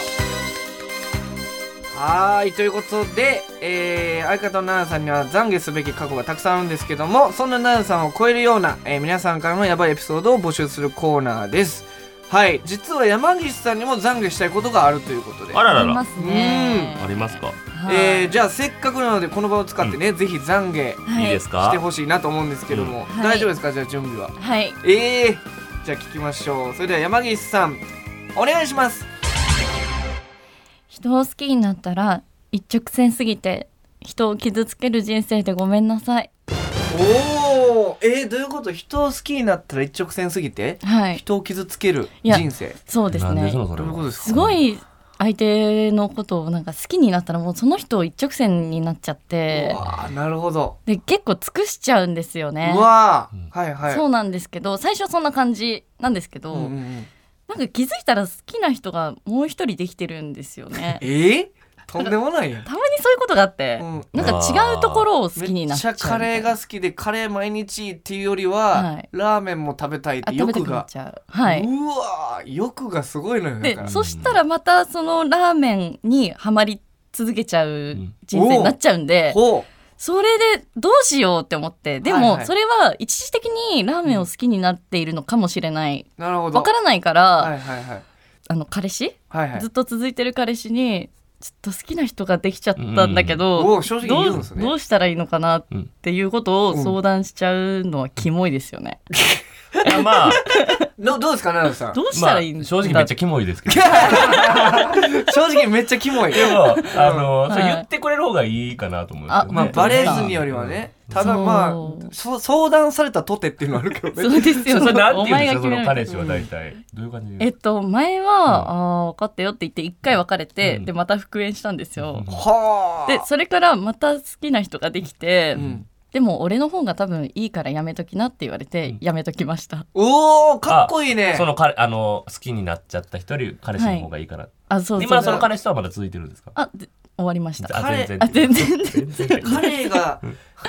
Speaker 2: はーいということで、えー相方の奈々さんには懺悔すべき過去がたくさんあるんですけどもそんな奈々さんを超えるような、えー皆さんからのヤバいエピソードを募集するコーナーですはい実は山岸さんにも懺悔したいことがあるということで
Speaker 3: あら
Speaker 5: あ
Speaker 3: ら
Speaker 5: り
Speaker 3: ら
Speaker 5: ますね
Speaker 3: ありますか
Speaker 5: はい
Speaker 2: えーじゃあせっかくなのでこの場を使ってね、ぜひ懺悔し
Speaker 5: はい
Speaker 3: いいです
Speaker 2: て
Speaker 3: か
Speaker 2: ほしいなと思うんですけども、
Speaker 5: んはい
Speaker 2: 大丈夫ですかじゃあ準備は
Speaker 5: はい
Speaker 2: えー、じゃあ聞きましょうそれでは山岸さんお願いします
Speaker 5: 人を好きになったら一直線すぎて人を傷つける人生でごめんなさい
Speaker 2: おおえー、どういうこと人を好きになったら一直線すぎて
Speaker 5: はい
Speaker 2: 人を傷つける
Speaker 5: いや
Speaker 2: 人生
Speaker 5: そうです
Speaker 3: なんで
Speaker 5: ね
Speaker 3: しょうそれ
Speaker 2: どういうこと
Speaker 3: は
Speaker 2: ですか
Speaker 5: すごい相手のことをなんか好きになったらもうその人を一直線になっちゃって
Speaker 2: うわーなるほど、
Speaker 5: で結構尽くしちゃうんですよね
Speaker 2: うわー、
Speaker 3: うん
Speaker 2: はいはい
Speaker 5: そうなんですけど最初はそんな感じなんですけど、
Speaker 2: うんうんうん
Speaker 5: なんか気づいたら好きな人がもう一人できてるんですよ ね
Speaker 2: えー、とんでもないやん
Speaker 5: たまにそういうことがあって、
Speaker 2: うん
Speaker 5: なんか違うところを好き
Speaker 2: め
Speaker 5: にな
Speaker 2: っ
Speaker 5: っち
Speaker 2: ち
Speaker 5: ゃう
Speaker 2: ゃ
Speaker 5: みた
Speaker 2: カ
Speaker 5: いな
Speaker 2: レーが好きでカレー毎日っていうよりは、
Speaker 5: はい
Speaker 2: ラーメンも食べたいって
Speaker 5: あ食べた
Speaker 2: 欲
Speaker 5: くなっ
Speaker 2: が、
Speaker 5: ちゃうはいう
Speaker 2: わー欲がすごいのよだか
Speaker 5: で
Speaker 2: ら
Speaker 5: そしたらまたそのラーメンにはまり続けちゃう人生になっちゃうんで、
Speaker 2: ほ
Speaker 5: それでどうしようって思ってで
Speaker 2: はいはい
Speaker 5: もそれは一時的にラーメンを好きになっているのかもしれない、
Speaker 2: うなるほど
Speaker 5: わからないから、
Speaker 2: はいはいはい
Speaker 5: あの彼氏、
Speaker 2: はいはい
Speaker 5: ずっと続いてる彼氏にちょっと好きな人ができちゃったんだけ
Speaker 2: う
Speaker 5: ど、
Speaker 2: んお正直に言うん
Speaker 5: どう
Speaker 2: ですね
Speaker 5: どうしたらいいのかなっていうこと
Speaker 2: うん
Speaker 5: を相談しちゃうのはキモいですよね。
Speaker 3: あまあ、
Speaker 2: どどうですか奈良さん
Speaker 5: どうし
Speaker 3: ま
Speaker 5: た
Speaker 3: あ
Speaker 5: らいいんだ、
Speaker 3: 正直めっちゃキモいで すけど。
Speaker 2: 正直めっちゃキモい
Speaker 3: でも、あの、
Speaker 5: はい
Speaker 3: それ言ってくれる方がいいかなと思うんですけどね
Speaker 2: まあバレずによりはねただまあ
Speaker 5: そ
Speaker 2: そ
Speaker 5: う
Speaker 2: 相談されたとてっていうのはあるけどね
Speaker 5: そうです
Speaker 3: そ
Speaker 5: よ。
Speaker 3: れなんて言うんですか、そ
Speaker 5: お前
Speaker 3: の
Speaker 5: が
Speaker 3: 彼氏
Speaker 5: 決め
Speaker 3: は
Speaker 5: る
Speaker 3: 大体。どういう感じ
Speaker 5: え
Speaker 3: で
Speaker 5: っと前
Speaker 3: うん
Speaker 5: は、ああ分かったよって言って一回別れて、
Speaker 3: うん
Speaker 5: でまた復縁したんですよ。
Speaker 2: はあ
Speaker 5: でそれからまた好きな人ができて、
Speaker 2: うん
Speaker 5: でも俺の方が多分いいからやめときなって言われて、やめときました。
Speaker 2: おおかっこいいね
Speaker 3: その彼、あの、好きになっちゃった人より彼氏の方がいいから。
Speaker 5: あそうそう。
Speaker 3: 今その彼氏とはまだ続いてるんですか
Speaker 5: あで終わりました。
Speaker 2: あ
Speaker 5: あ全然
Speaker 3: 全然
Speaker 2: 彼が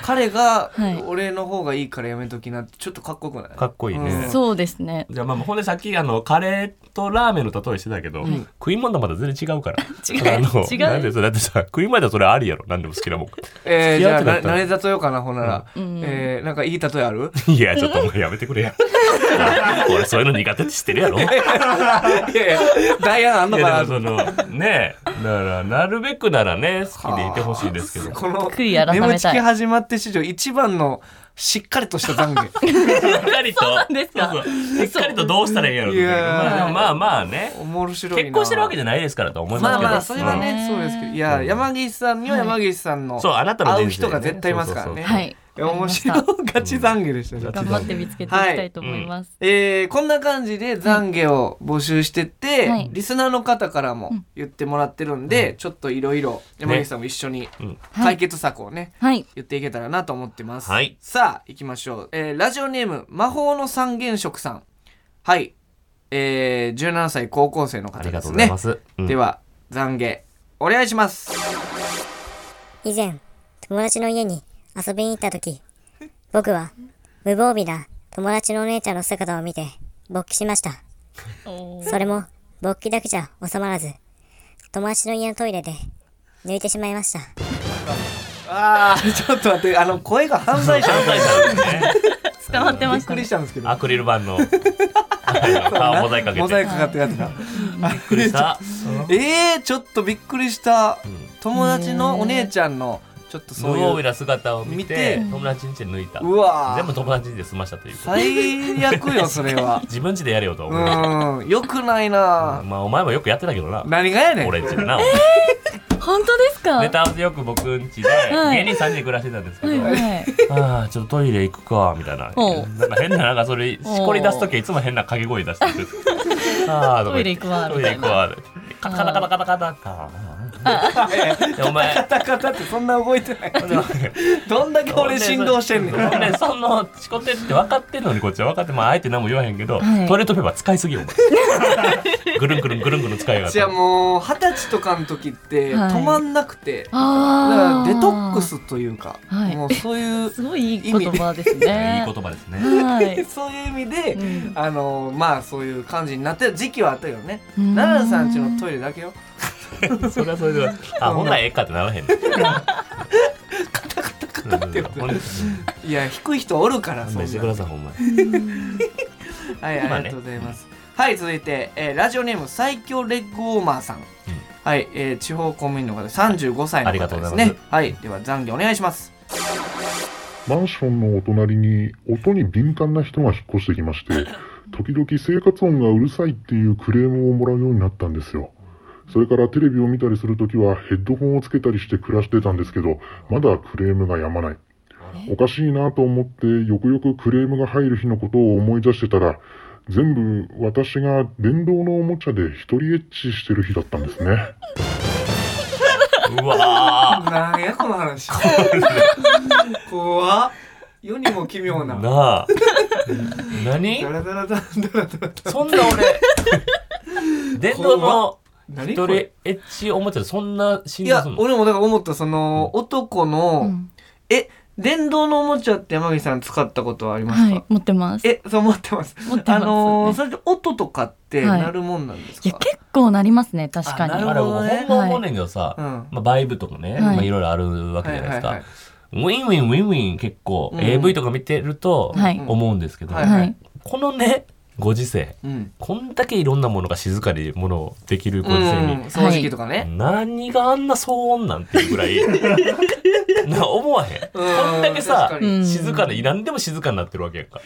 Speaker 2: 彼が
Speaker 5: はい
Speaker 2: 俺の方がいいからやめときなってちょっとかっこよくない
Speaker 3: かっこいいね。
Speaker 5: そうですね。
Speaker 3: じゃあまあほんでさっきあのカレーとラーメンの例えしてたけど、食い物とまた全然違うから
Speaker 5: 違う
Speaker 3: あの
Speaker 5: 違う
Speaker 3: なんでそれだってさ食い物だとそれありやろ何でも好きなもん
Speaker 2: えー、じ
Speaker 3: 付き合
Speaker 2: ゃあ
Speaker 3: ってな
Speaker 2: ない
Speaker 3: から
Speaker 2: 慣れ例えようかなほんなら、えー、なんかいい例えある
Speaker 3: いやちょっとお前やめてくれや俺そういうの苦手って知ってる やろいや
Speaker 2: いやいやダイアンあんの
Speaker 3: で
Speaker 2: かな
Speaker 3: もそのねえだからなるべくならね好きでいてほしいです けど
Speaker 2: この
Speaker 5: 悔い改めたい
Speaker 2: 眠ちき始まって史上一番のしっかりとした懺 悔
Speaker 3: しっかりとそうなん
Speaker 5: ですか
Speaker 3: しっかりとどうしたらいいんやろうと思うけど
Speaker 2: いやー
Speaker 3: まあでもまあまあね
Speaker 2: おもろしろいな
Speaker 3: 結婚してるわけじゃないですからと思います
Speaker 2: まあ
Speaker 3: けど
Speaker 2: まあそれは
Speaker 3: うん
Speaker 2: ね、そうですけどいや山岸さんには山岸さんの、
Speaker 3: そうあなたの人生
Speaker 2: 会う人が絶対いますからね
Speaker 3: そうそうそう
Speaker 5: はい。
Speaker 2: いや面白い
Speaker 5: わかりまし
Speaker 2: ガチ懺悔でしたね、
Speaker 3: うん
Speaker 5: た頑張って見つけていきたいと思います。
Speaker 2: えーこんな感じで懺悔を募集してって、
Speaker 5: はい
Speaker 2: リスナーの方からも言ってもらってるんで、ちょっといろいろ山岸さんも一緒に
Speaker 3: うん
Speaker 2: 解決策をね、
Speaker 5: はい。
Speaker 2: 言っていけたらなと思ってます、
Speaker 3: はい
Speaker 2: さあ行きましょう、えーラジオネーム魔法の三原色さんはい、えー、17歳高校生の方
Speaker 3: あり
Speaker 2: で
Speaker 3: がと
Speaker 2: す
Speaker 3: うござい
Speaker 2: ね
Speaker 3: ますうん
Speaker 2: では懺悔お願いします
Speaker 6: 以前、友達の家に遊びに行った時、僕は無防備な友達のお姉ちゃんの姿を見て勃起しました。それも勃起だけじゃ収まらず、友達の家のトイレで抜いてしまいました。
Speaker 2: あー ちょっと待ってあの声が犯罪者
Speaker 3: 犯罪者ですね
Speaker 5: 捕まって
Speaker 2: び
Speaker 5: ま
Speaker 2: っ
Speaker 5: した
Speaker 2: くり
Speaker 5: ね
Speaker 2: し。たんですけど
Speaker 3: アクリル板のあの顔モザイクかけて
Speaker 2: モザイクかかってるやつな
Speaker 3: びっくりした
Speaker 2: えー、ちょっとびっくりした、友達のお姉ちゃんのちょっと
Speaker 3: 無
Speaker 2: そう
Speaker 3: 防備
Speaker 2: いう
Speaker 3: な姿を見て
Speaker 2: 見て
Speaker 3: 友達ん家で抜いた
Speaker 2: うわー
Speaker 3: 全部友達ん家で済ましたということ
Speaker 2: 最悪 よそれは
Speaker 3: 自分家でやれよとは思いました
Speaker 2: うんよくないな、
Speaker 3: まあお前もよくやってたけどな
Speaker 2: 何がやねん
Speaker 3: 俺ん家でな
Speaker 5: 本当ですか。
Speaker 3: ネタ合わせよく僕ん家で
Speaker 5: はい
Speaker 3: 芸人3人で暮らしてたんですけ
Speaker 5: は
Speaker 3: ど
Speaker 5: いはい。
Speaker 3: ああちょっとトイレ行くかみたいな
Speaker 5: おう
Speaker 3: なんか変ななんかそれしこり出す時はいつも変な掛け声出してくるあーとか言って
Speaker 5: トイレ行くわ
Speaker 3: トイレ行くわカタカタカタカタカタカタでお 前
Speaker 2: カタカタってそんな動いて ない
Speaker 3: で
Speaker 2: どんだけ俺振動してんねん
Speaker 3: ほんでそ のしこてって分かってんのにこっちは分かってまああえて何も言わへんけど、
Speaker 5: はい
Speaker 3: トイレットペーパー使いすぎよお前 ぐるんぐるんぐるんぐるん使いやがっ
Speaker 2: じゃあ
Speaker 3: て
Speaker 2: もう二十歳とかの時って
Speaker 5: はい
Speaker 2: 止まんなくて、だから
Speaker 5: ああ。
Speaker 2: デトック。スというか、
Speaker 5: はい
Speaker 2: もうそう いう
Speaker 5: すごいいい言葉ですね
Speaker 3: いい。言葉ですね
Speaker 5: はい。
Speaker 2: そういう意味で、
Speaker 5: うん
Speaker 2: あのまあそういう感じになってた時期はあったよね
Speaker 5: うん
Speaker 2: 奈良さん家のトイレだけよ
Speaker 3: それはそれ であほんならええかってならへんね
Speaker 2: 言って
Speaker 3: ほんで
Speaker 2: いや低い人おるから
Speaker 3: 勘弁して
Speaker 2: な
Speaker 3: くださいほんまに
Speaker 2: はい、
Speaker 3: ま
Speaker 2: あ
Speaker 3: あね
Speaker 2: りがとうございます。はい、続いて、えーラジオネーム最強レッグウォーマーさん。はい、えー地方公務員の方で35歳の
Speaker 3: ありがと
Speaker 2: 方
Speaker 3: う
Speaker 2: で
Speaker 3: ご
Speaker 2: す
Speaker 3: ざいます
Speaker 2: ね。はい、では懺悔お願いします。
Speaker 7: マンションのお隣に音に敏感な人が引っ越してきまして、時々生活音がうるさいっていうクレームをもらうようになったんですよ。それからテレビを見たりするときはヘッドホンをつけたりして暮らしてたんですけど、まだクレームがやまない。おかしいなと思ってよくよくクレームが入る日のことを思い出してたら、全部私が電動のおもちゃで一人エッチしてる日だったんですね。
Speaker 3: うわ
Speaker 2: なんや、この話。怖っ世にも奇妙
Speaker 3: ー
Speaker 2: な。
Speaker 3: なあ何
Speaker 2: ダラダラダラダラダラ
Speaker 3: そんな俺電動の
Speaker 2: 何
Speaker 3: 一
Speaker 2: こ
Speaker 3: 人
Speaker 2: れ
Speaker 3: エッチおもちゃでそんな信
Speaker 2: い
Speaker 3: 用
Speaker 2: や
Speaker 3: すん、の
Speaker 2: 俺もだから思った、その、男の、え、電動のおもちゃって山岸さん使ったことはあります
Speaker 5: は
Speaker 2: か、
Speaker 5: い。持ってます。
Speaker 2: え、そう思ってます。
Speaker 5: 持ってま
Speaker 2: あ
Speaker 5: す。
Speaker 2: のー
Speaker 5: ね
Speaker 2: それで音とかって
Speaker 5: はい
Speaker 2: なるもんなんです
Speaker 5: い
Speaker 2: か、
Speaker 5: や結構なりますね確か
Speaker 2: あな
Speaker 5: に。
Speaker 2: る
Speaker 3: あれ僕ほんま思うねんけどさ、
Speaker 2: はいうん
Speaker 3: まあ、バイブとかね、
Speaker 5: はい
Speaker 3: まあ、いろいろあるわけじゃないですか、
Speaker 2: はいはい
Speaker 3: ウィンウィンウィンウィン結構、
Speaker 2: うん
Speaker 3: AV とか見てると
Speaker 5: はい
Speaker 3: 思うんですけど、
Speaker 2: はい
Speaker 5: はい。
Speaker 3: このねご時世
Speaker 2: うん
Speaker 3: こんだけいろんなものが静かにものできるご
Speaker 2: うん
Speaker 3: 時世に、
Speaker 2: 掃除機とかね、
Speaker 3: 何があんな騒音なんていうぐら いな思わへんこんだけさ
Speaker 2: 確か
Speaker 5: に
Speaker 3: 静かで何でも静かになってるわけやんか
Speaker 2: で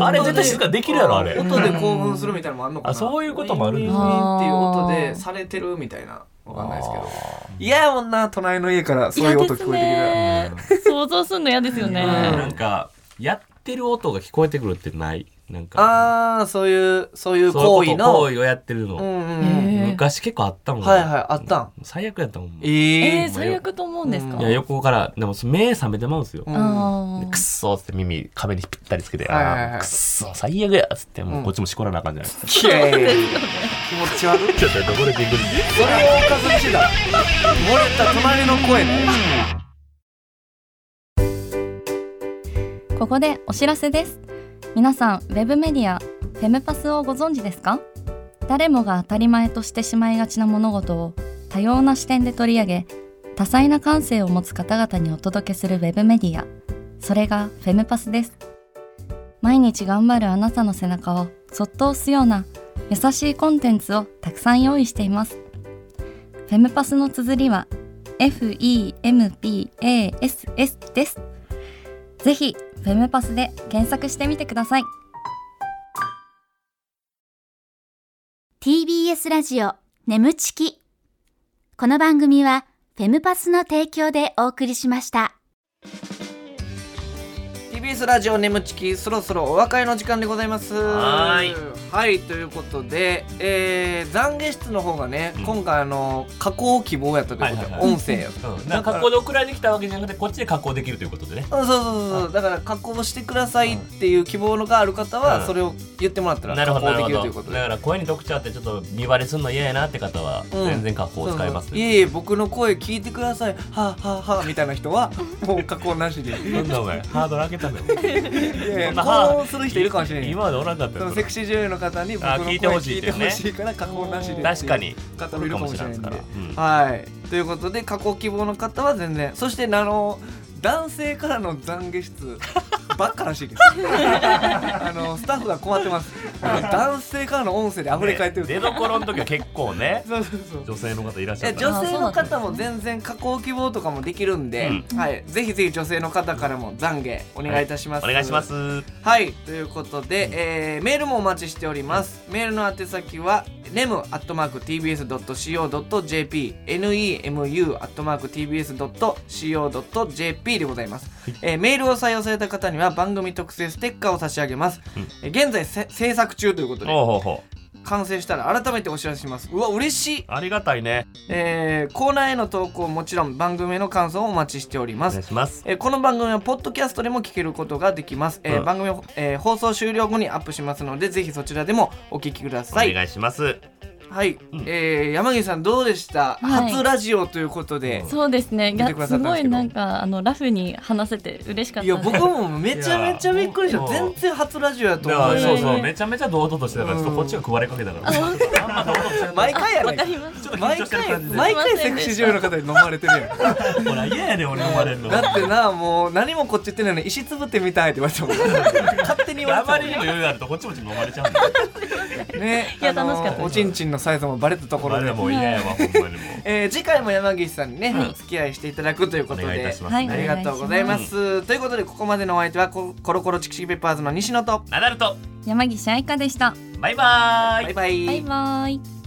Speaker 3: あれ絶対静かにできるやろあれ
Speaker 2: 音で興奮するみたいなのもあんのかな
Speaker 3: あそういうこともあるん
Speaker 2: ウ
Speaker 3: だ
Speaker 2: ィンウィンっていう音でされてるみたいなわかんないですけどいやもんな隣の家からそういう音聞こえ
Speaker 5: 嫌ですね想像するの嫌ですよね。
Speaker 3: なんかやってる音が聞こえてくるってないなん
Speaker 2: てくる
Speaker 3: か
Speaker 2: ああそういうそういう
Speaker 3: そう
Speaker 2: 行
Speaker 3: い
Speaker 2: 為
Speaker 3: うこと行
Speaker 2: の
Speaker 3: 為をやってるの、
Speaker 2: うんうんうん
Speaker 5: へー
Speaker 3: 昔結構あったもん、
Speaker 2: はいはいあったん
Speaker 3: 最悪やったもん、
Speaker 5: え
Speaker 2: え
Speaker 5: ー、
Speaker 2: ー
Speaker 5: 最悪と思うんですか。
Speaker 2: うん
Speaker 3: いや横からでも目覚めてまうんですよ、
Speaker 2: うん
Speaker 5: あ
Speaker 3: で
Speaker 5: ー
Speaker 3: くっそーっつって耳壁にぴったりつけて、
Speaker 2: はいはいはい
Speaker 3: あーくっそー最悪やっつってもううんこっちもしこらなあかんじゃないですか、
Speaker 2: いやいやいや気持ち悪い
Speaker 3: ちょっとどこでビック
Speaker 2: それ
Speaker 3: リ
Speaker 2: をおかずにしてた漏れた隣の声ね
Speaker 5: ここでお知らせです皆さんウェブメディアフェムパスをご存知ですか誰もが当たり前としてしまいがちな物事を多様な視点で取り上げ多彩な感性を持つ方々にお届けするウェブメディアそれがフェムパスです毎日頑張るあなたの背中をそっと押すような優しいコンテンツをたくさん用意していますフェムパスの綴りは FEMPASS ですぜひフェムパスで検索してみてください
Speaker 4: TBS ラジオ眠ちきこの番組はフェムパスの提供でお送りしました
Speaker 2: TBS ラジオ眠ちきそろそろお別れの時間でございます
Speaker 3: はーい
Speaker 2: はいということで、えー、懺悔室の方がね、
Speaker 3: うん
Speaker 2: 今回あの加工希望やったということで、
Speaker 3: はいはいはい
Speaker 2: 音声やった
Speaker 3: うん、なんか加工で送られてきたわけじゃなくてこっちで加工できるということでね
Speaker 2: うんそうそうそうそうだから加工してくださいっていう希望のがある方
Speaker 3: う
Speaker 2: は
Speaker 3: ん
Speaker 2: それを言ってもらったら
Speaker 3: なる
Speaker 2: 加
Speaker 3: ほどな
Speaker 2: 工
Speaker 3: る
Speaker 2: で
Speaker 3: ほ
Speaker 2: きるというこ
Speaker 3: ど
Speaker 2: と
Speaker 3: だ
Speaker 2: で
Speaker 3: から声に特徴あってちょっと見バレするの嫌やなって方は
Speaker 2: うん
Speaker 3: 全然加工を使えます
Speaker 2: そうそういえいえ僕の声聞いてくださいはあ、はあはあみたいな人はもう加工なしでい
Speaker 3: なんだお前ハードル上げたんだよ
Speaker 2: や いや
Speaker 3: そんなはあ
Speaker 2: こうする人いるかもしれない
Speaker 3: 今までおらんかった
Speaker 2: そ
Speaker 3: よ
Speaker 2: の
Speaker 3: そ
Speaker 2: セ
Speaker 3: れ
Speaker 2: クシー女優の方に僕
Speaker 3: あ
Speaker 2: の
Speaker 3: ー
Speaker 2: 声
Speaker 3: 聞
Speaker 2: 聞
Speaker 3: い
Speaker 2: い
Speaker 3: て
Speaker 2: て
Speaker 3: ほ
Speaker 2: ほ
Speaker 3: し
Speaker 2: し
Speaker 3: い
Speaker 2: い,、
Speaker 3: っていうね
Speaker 2: から加工なしでっていう
Speaker 3: 確かに
Speaker 2: 方もいるかもしれないですから
Speaker 3: 来るかもしれないですか
Speaker 2: はいということで加工希望の方は全然そしてあの男性からの懺悔 室ばっからしいです あのスタッフが困って ます男性からの音声で溢れ返ってる、
Speaker 3: 出所の時は結構ね
Speaker 2: そうそうそう
Speaker 3: 女性の方いらっし
Speaker 2: い
Speaker 3: ゃ
Speaker 2: や
Speaker 3: ったら
Speaker 2: 女性の方も全然加工希望とかもできるんで、はい、ぜひぜひ女性の方からも懺悔お願いいたします、
Speaker 3: お願いしますは
Speaker 2: はいということで、えーメールもお待ちしておりますメールの宛先は nemu.tbs.co.jp nemu.tbs.co.jp でございます、えーメールを採用された方には番組特製ステッカーを差し上げます、
Speaker 3: うん
Speaker 2: えー現在せ制作中ということで
Speaker 3: ほうほうほう
Speaker 2: 完成したら改めてお知らせしますうわ嬉しい、
Speaker 3: ありがたいね
Speaker 2: えーコーナーへの投稿もちろん番組への感想をお待ちしておりま
Speaker 3: お
Speaker 2: す
Speaker 3: 願いします
Speaker 2: えーこの番組はポッドキャストでも聞けることができます、えー
Speaker 3: うん
Speaker 2: 番組を、えー放送終了後にアップしますのでぜひそちらでもお聞きくだ
Speaker 3: お
Speaker 2: さい
Speaker 3: 願いします
Speaker 2: はい、
Speaker 3: うん
Speaker 2: えー山岸さんどうでした、
Speaker 5: はい
Speaker 2: 初ラジオということで、
Speaker 5: そうですね。い
Speaker 2: 見てく
Speaker 5: や
Speaker 2: ださ
Speaker 5: す
Speaker 2: ったん
Speaker 5: ご
Speaker 2: ですけど
Speaker 5: いなんかあのラフに話せて嬉しかっ
Speaker 2: い
Speaker 5: た
Speaker 2: や
Speaker 5: です。
Speaker 2: 僕もめちゃめちゃびっくりし
Speaker 3: い
Speaker 2: た
Speaker 3: や
Speaker 2: 全然初ラジオやと
Speaker 3: だ
Speaker 2: 思
Speaker 3: か
Speaker 2: う
Speaker 3: ら
Speaker 5: い
Speaker 3: そ
Speaker 5: や
Speaker 3: う
Speaker 5: いや
Speaker 3: そうめちゃめちゃ堂々としてたからちょっとこっちが食われかけたからあんま堂々としてなかっ
Speaker 2: 毎回や
Speaker 5: わ
Speaker 2: ね
Speaker 5: かりました
Speaker 3: ちょっと緊
Speaker 2: 毎
Speaker 3: 張してる
Speaker 2: 回
Speaker 3: 感じで
Speaker 2: 毎回セクシー女優の方に飲まれてるやん
Speaker 3: ほら嫌やで俺飲まれるの
Speaker 2: だってなもう何もこっち言ってないのに石つぶってみたいって言われてもん勝手に言われ
Speaker 3: あ
Speaker 2: てた
Speaker 3: ま
Speaker 2: も
Speaker 3: り
Speaker 2: ん
Speaker 3: にも余裕あるとこっちもちも飲まれちゃうんだよ
Speaker 2: ね
Speaker 5: いや
Speaker 2: あの
Speaker 5: 楽しかったです
Speaker 2: おちんちんのサイズもバレたところ
Speaker 3: 俺
Speaker 2: で
Speaker 3: らもう嫌やわほんまにもう
Speaker 2: えー次回も山岸さんにね、お付き合いしていただくというこ
Speaker 3: お
Speaker 2: と
Speaker 3: 願いいた
Speaker 2: で
Speaker 3: します
Speaker 2: あ
Speaker 5: は
Speaker 2: り
Speaker 3: ね
Speaker 2: がとうございます、ということでここまでのお相手はココロコロチキチキペッパーズの西野と
Speaker 3: ナダルと
Speaker 5: 山岸愛香でした。
Speaker 3: バイバーイ
Speaker 2: バイバイ
Speaker 5: バイバイ。